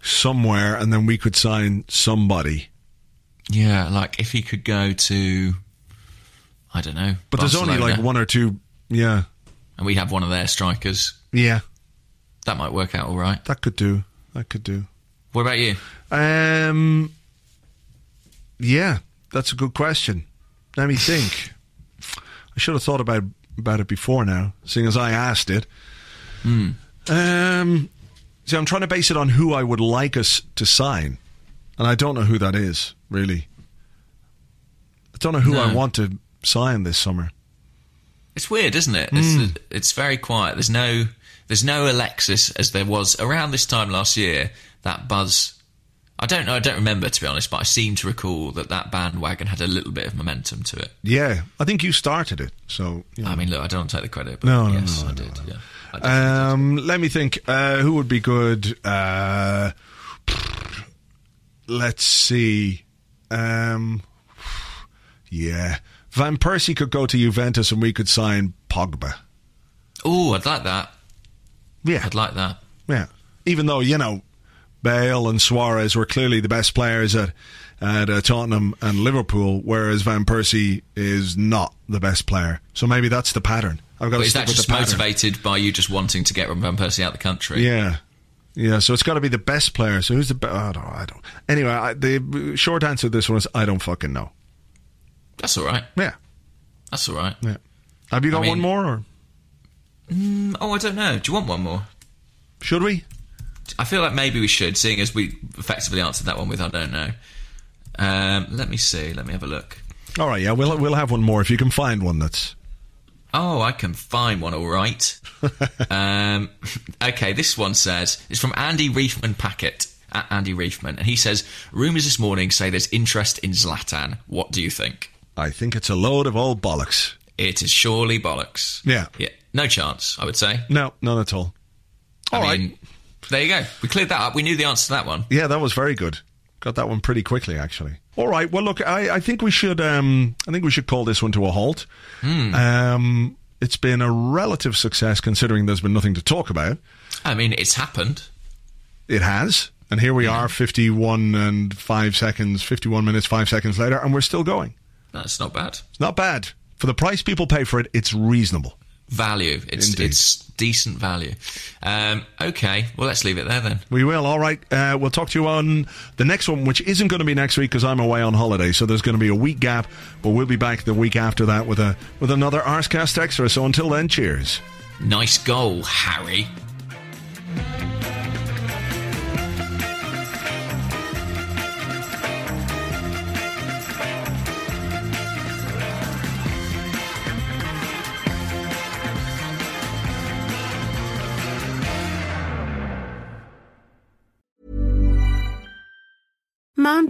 somewhere and then we could sign somebody.
Yeah, like if he could go to, I don't know,
But there's only
Barcelona,
like one or two. Yeah.
and we have one of their strikers.
Yeah.
That might work out all right.
That could do. That could do.
What about you?
Um, yeah, that's a good question. Let me think. I should have thought about about it before now, seeing as I asked it. Um, see, I'm trying to base it on who I would like us to sign, and I don't know who that is really. I don't know who I
No.
want to sign this summer.
It's weird, isn't it?
Hmm.
It's, it's very quiet. There's no there's no Alexis as there was around this time last year. That buzz. I don't know. I don't remember to be honest, but I seem to recall that that bandwagon had a little bit of momentum to it.
Yeah, I think you started it, so you know.
I mean, look, I don't want to take the credit, but
No, no,
yes,
no,
I
no,
did. Yeah. I definitely did.
Um, let me think. Uh, who would be good? Uh, let's see. Um, yeah, Van Persie could go to Juventus, and we could sign Pogba.
oh, I'd like that.
Yeah,
I'd like that.
yeah. Even though you know, Bale and Suarez were clearly the best players at at uh, Tottenham and Liverpool, whereas Van Persie is not the best player. So maybe that's the pattern. I've got
But
to
is
stick
that
with
just
the pattern.
motivated by you just wanting to get Van Persie out of the country?
Yeah. Yeah, so it's got to be the best player. So who's the best? I don't. I don't. Anyway, I, the short answer to this one is I don't fucking know.
That's all right.
Yeah,
That's all right.
yeah. Have you got
mean-
one more? Or?
Mm, oh, I don't know. Do you want one more?
Should we?
I feel like maybe we should, seeing as we effectively answered that one with I don't know. Um, let me see. Let me have a look.
All right, yeah, we'll we'll have one more if you can find one that's.
Oh, I can find one, all right. um, okay, this one says it's from Andy Reefman Packet at Andy Reefman, and he says rumors this morning say there's interest in Zlatan. What do you think?
I think it's a load of old bollocks.
It is surely bollocks.
Yeah.
yeah, no chance. I would say.
No, none at all.
I
All right.
mean, there you go. We cleared that up. We knew the answer to that one.
Yeah, that was very good. Got that one pretty quickly, actually. All right. Well, look, I, I think we should. Um, I think we should call this one to a halt.
Hmm.
Um, it's been a relative success considering there's been nothing to talk about.
I mean, it's happened.
It has, and here we are, 51 and five seconds, 51 minutes five seconds later, and we're still going.
That's not bad.
It's not bad for the price people pay for it. It's reasonable.
Value. It's
Indeed.
it's decent value. Um, okay. Well, let's leave it there then.
We will. All right. Uh, we'll talk to you on the next one, which isn't going to be next week because I'm away on holiday. So there's going to be a week gap, but we'll be back the week after that with a with another Arscast Extra. So until then, cheers.
Nice goal, Harry.
Mom